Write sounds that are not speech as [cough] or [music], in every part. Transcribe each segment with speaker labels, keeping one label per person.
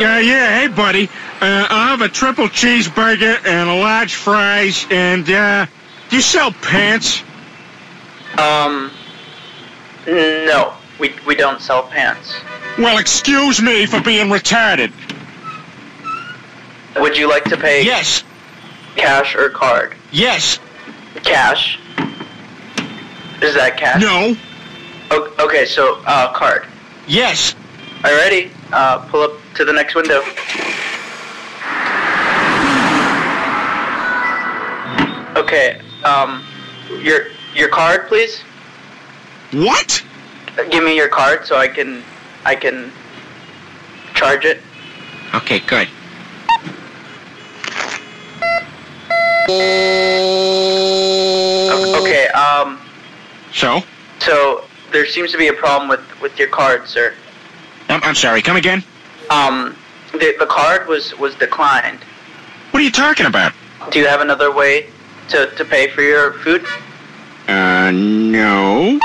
Speaker 1: Yeah, yeah. Hey, buddy. Uh, I'll have a triple cheeseburger and a large fries. And uh, do you sell pants?
Speaker 2: Um, no, we, we don't sell pants.
Speaker 1: Well, excuse me for being retarded.
Speaker 2: Would you like to pay
Speaker 1: Yes,
Speaker 2: cash or card?
Speaker 1: yes.
Speaker 2: Cash. Is that cash?
Speaker 1: No,
Speaker 2: O- okay, so uh, card.
Speaker 1: yes.
Speaker 2: Alrighty, uh, pull up to the next window. Okay, um, your your card, please.
Speaker 1: What?
Speaker 2: Uh, Give me your card so I can I can charge it.
Speaker 1: Okay, good.
Speaker 2: O- Okay, um,
Speaker 1: So?
Speaker 2: so there seems to be a problem with with your card, sir.
Speaker 1: I'm, I'm sorry, come again?
Speaker 2: Um, the the card was was declined.
Speaker 1: What are you talking about?
Speaker 2: Do you have another way to to pay for your food?
Speaker 1: Uh, no.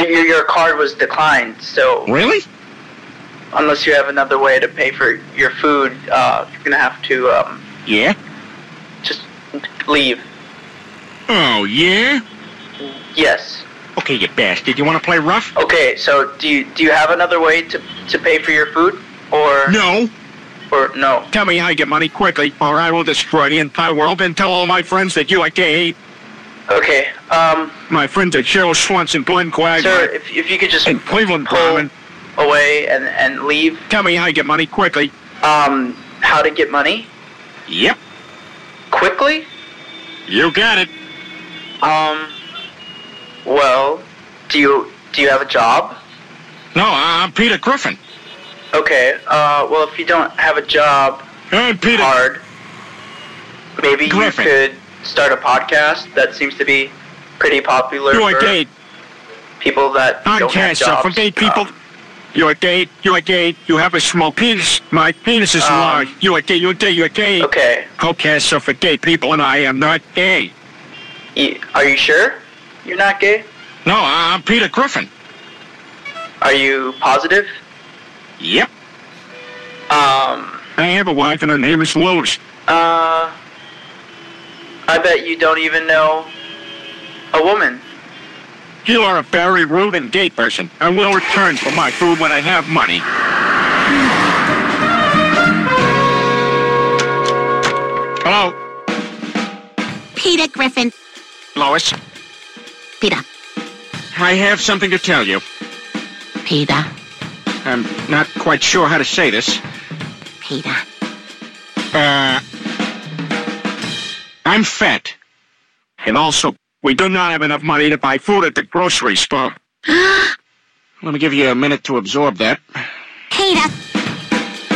Speaker 2: Your your card was declined, so.
Speaker 1: Really?
Speaker 2: unless you have another way to pay for your food, uh, you're gonna have to um,
Speaker 1: Yeah?
Speaker 2: just leave.
Speaker 1: Oh, yeah?
Speaker 2: Yes.
Speaker 1: Okay, you bastard. You want to play rough?
Speaker 2: Okay. So do you do you have another way to, to pay for your food, or
Speaker 1: No.
Speaker 2: or no?
Speaker 1: Tell me how you get money quickly, or I will destroy the entire world and tell all my friends that you are gay.
Speaker 2: Okay. Um,
Speaker 1: My friends at Cheryl Schluntz and Glenn
Speaker 2: sir,
Speaker 1: Quagmire
Speaker 2: if, if you could just
Speaker 1: and Cleveland
Speaker 2: pull
Speaker 1: Brahmin.
Speaker 2: away and and leave.
Speaker 1: Tell me how you get money quickly.
Speaker 2: Um, how to get money
Speaker 1: Yep.
Speaker 2: quickly?
Speaker 1: You got it.
Speaker 2: Um, well, do you do you have a job?
Speaker 1: No, I- I'm Peter Griffin.
Speaker 2: Okay. Uh, well, if you don't have a job,
Speaker 1: Hey, Peter.
Speaker 2: hard. Maybe
Speaker 1: Griffin.
Speaker 2: you could start a podcast that seems to be pretty popular
Speaker 1: you are
Speaker 2: for
Speaker 1: gay.
Speaker 2: people that
Speaker 1: On
Speaker 2: don't have
Speaker 1: cancer
Speaker 2: jobs.
Speaker 1: from gay people.
Speaker 2: Uh,
Speaker 1: You are gay. You are gay. You have a small penis. My penis is
Speaker 2: Um,
Speaker 1: large. You are gay. You are gay. You are gay.
Speaker 2: okay.
Speaker 1: Coke cancer for gay people, and I am not gay.
Speaker 2: Y- Are you sure you're not gay?
Speaker 1: No, I- I'm Peter Griffin.
Speaker 2: Are you positive?
Speaker 1: Yep.
Speaker 2: Um,
Speaker 1: I have a wife, and her name is Lois.
Speaker 2: uh, I bet you don't even know a woman.
Speaker 1: You are a very rude and gay person. I will return for my food when I have money. Hello,
Speaker 3: Peter Griffin.
Speaker 1: Lois.
Speaker 3: Peter.
Speaker 1: I have something to tell you.
Speaker 3: Peter.
Speaker 1: I'm not quite sure how to say this.
Speaker 3: Peter.
Speaker 1: Uh, I'm fat. And also, we do not have enough money to buy food at the grocery store. Let me give you a minute to absorb that.
Speaker 3: Peter.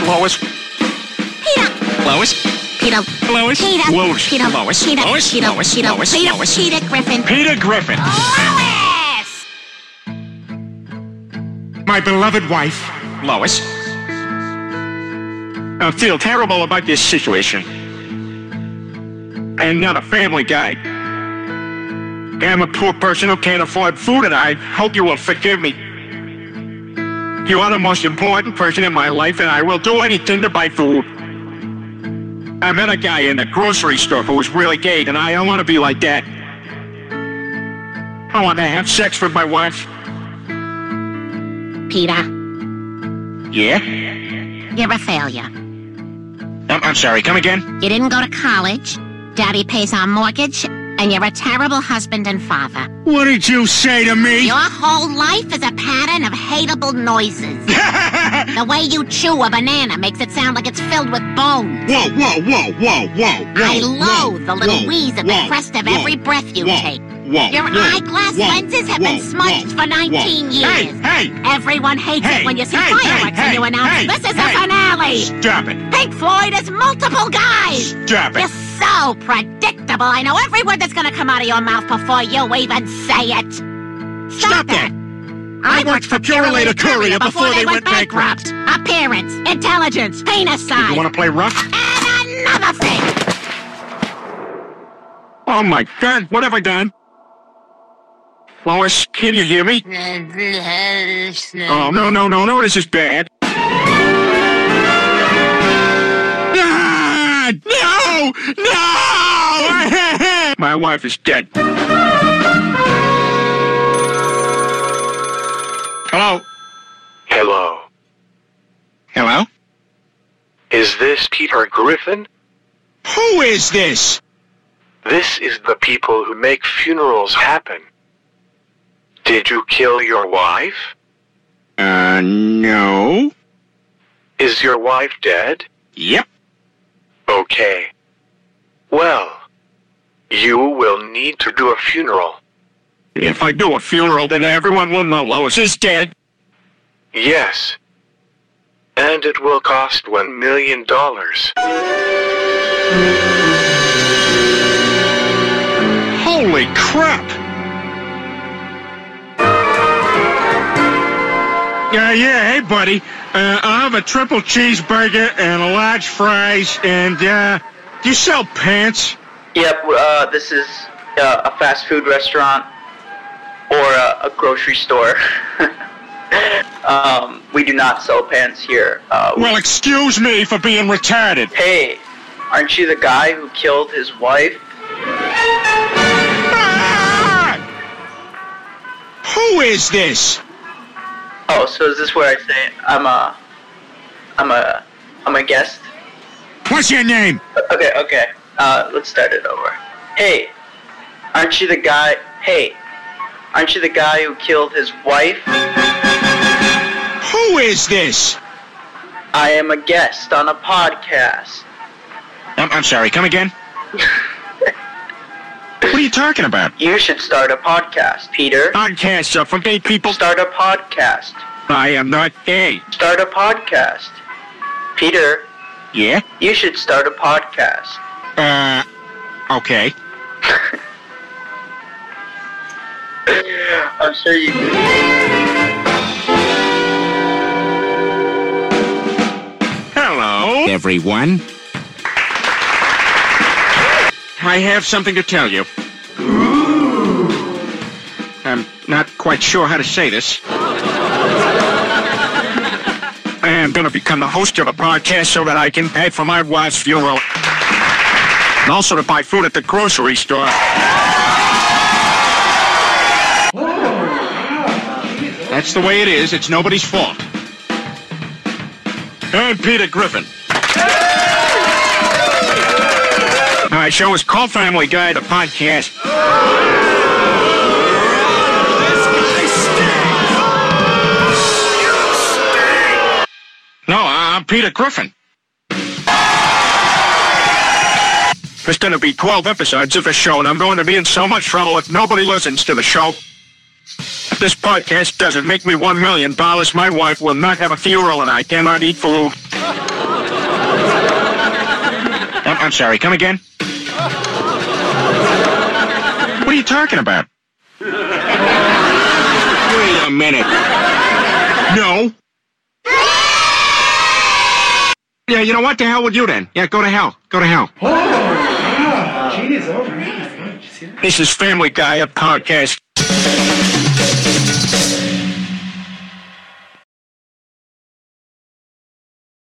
Speaker 1: Lois.
Speaker 3: Peter.
Speaker 1: Lois.
Speaker 3: Peter.
Speaker 1: Lois.
Speaker 3: Peter.
Speaker 1: Lois.
Speaker 3: Peter.
Speaker 1: Lois.
Speaker 3: Peter.
Speaker 1: Lois.
Speaker 3: Peter.
Speaker 1: Lois.
Speaker 3: Peter.
Speaker 1: Lois.
Speaker 3: Peter.
Speaker 1: Lois.
Speaker 3: Peter Griffin.
Speaker 1: Peter Griffin.
Speaker 3: Lois!
Speaker 1: My beloved wife. Lois. I feel terrible about this situation. I'm not a family guy. I'm a poor person who can't afford food, and I hope you will forgive me. You are the most important person in my life, and I will do anything to buy food. I met a guy in the grocery store who was really gay, and I don't want to be like that. I want to have sex with my wife.
Speaker 3: Peter,
Speaker 1: Yeah?
Speaker 3: you're a failure.
Speaker 1: Um, I'm, I'm sorry, come again?
Speaker 3: You didn't go to college. Daddy pays our mortgage. And you're a terrible husband and father.
Speaker 1: What did you say to me?
Speaker 3: Your whole life is a pattern of hateable
Speaker 1: [laughs]
Speaker 3: noises.
Speaker 1: whoa,
Speaker 3: The way you chew a banana makes it sound like it's filled with bone.
Speaker 1: whoa, whoa, whoa, whoa, whoa.
Speaker 3: I loathe the little
Speaker 1: whoa,
Speaker 3: wheeze at the
Speaker 1: whoa,
Speaker 3: crest of
Speaker 1: whoa,
Speaker 3: every breath you
Speaker 1: whoa,
Speaker 3: take.
Speaker 1: Whoa,
Speaker 3: Your
Speaker 1: whoa,
Speaker 3: eyeglass
Speaker 1: whoa,
Speaker 3: lenses have been
Speaker 1: whoa,
Speaker 3: smudged
Speaker 1: whoa,
Speaker 3: for 19
Speaker 1: whoa.
Speaker 3: years.
Speaker 1: Hey, hey,
Speaker 3: Everyone hates
Speaker 1: hey,
Speaker 3: it when you see
Speaker 1: hey,
Speaker 3: fireworks
Speaker 1: hey,
Speaker 3: and you
Speaker 1: hey,
Speaker 3: announce,
Speaker 1: hey,
Speaker 3: this is
Speaker 1: hey.
Speaker 3: the finale.
Speaker 1: Stop it,
Speaker 3: Pink Floyd is multiple guys.
Speaker 1: stop
Speaker 3: You're
Speaker 1: it.
Speaker 3: so predictable. I know every word that's gonna come out of your mouth before you even say it.
Speaker 1: Stop that. I worked for Purolator Courier before they went bankrupt.
Speaker 3: Appearance, intelligence, penis size,
Speaker 1: You want to play rough?
Speaker 3: and another thing.
Speaker 1: Oh my God, what have I done? Lois, can you hear me? Oh, no, no, no, no, this is bad. Ah, no! [laughs] No! My wife is dead. Hello?
Speaker 4: Hello.
Speaker 1: Hello?
Speaker 4: Is this Peter Griffin?
Speaker 1: Who is this?
Speaker 4: This is the people who make funerals happen. Did you kill your wife?
Speaker 1: Uh, no.
Speaker 4: Is your wife dead?
Speaker 1: Yep.
Speaker 4: Okay. Well, you will need to do a funeral.
Speaker 1: If I do a funeral, then everyone will know Lois is dead.
Speaker 4: Yes. And it will cost one million dollars.
Speaker 1: Holy crap! Yeah, yeah, hey, buddy. Uh, I'll have a triple cheeseburger and a large fries, and, uh, do you sell pants?
Speaker 2: Yep, uh, this is uh, a fast food restaurant or a, a grocery store. [laughs] um, we do not sell pants here. Uh, we-
Speaker 1: Well, excuse me for being retarded.
Speaker 2: hey, aren't you the guy who killed his wife?
Speaker 1: Ah! Who is this?
Speaker 2: Oh, so is this where I say I'm a, I'm a, I'm a guest?
Speaker 1: What's your name?
Speaker 2: Okay, okay. Uh, let's start it over. Hey, aren't you the guy? Hey, aren't you the guy who killed his wife?
Speaker 1: Who is this?
Speaker 2: I am a guest on a podcast.
Speaker 1: I'm, I'm sorry, come again? what are you talking about?
Speaker 2: You should start a podcast, Peter.
Speaker 1: Podcasts are for gay people.
Speaker 2: Start a podcast.
Speaker 1: I am not gay.
Speaker 2: Start a podcast. Peter,
Speaker 1: Yeah?
Speaker 2: you should start a podcast.
Speaker 1: Uh, okay.
Speaker 2: I'm sure you.
Speaker 1: Hello.
Speaker 5: everyone.
Speaker 1: I have something to tell you. I'm not quite sure how to say this. I am going to become the host of a podcast so that I can pay for my wife's funeral. And also to buy food at the grocery store. That's the way it is. It's nobody's fault. I'm Peter Griffin. My show is called Family Guy, the podcast. No, I- I'm Peter Griffin. There's going to be 12 episodes of the show, and I'm going to be in so much trouble if nobody listens to the show. If this podcast doesn't make me $1 million, my wife will not have a funeral, and I cannot eat food. I'm, I'm sorry, come again? What are you talking about? Wait a minute. No. Yeah, you know what? The hell with you then. Yeah, go to hell. Go to hell. This is Family Guy, a podcast.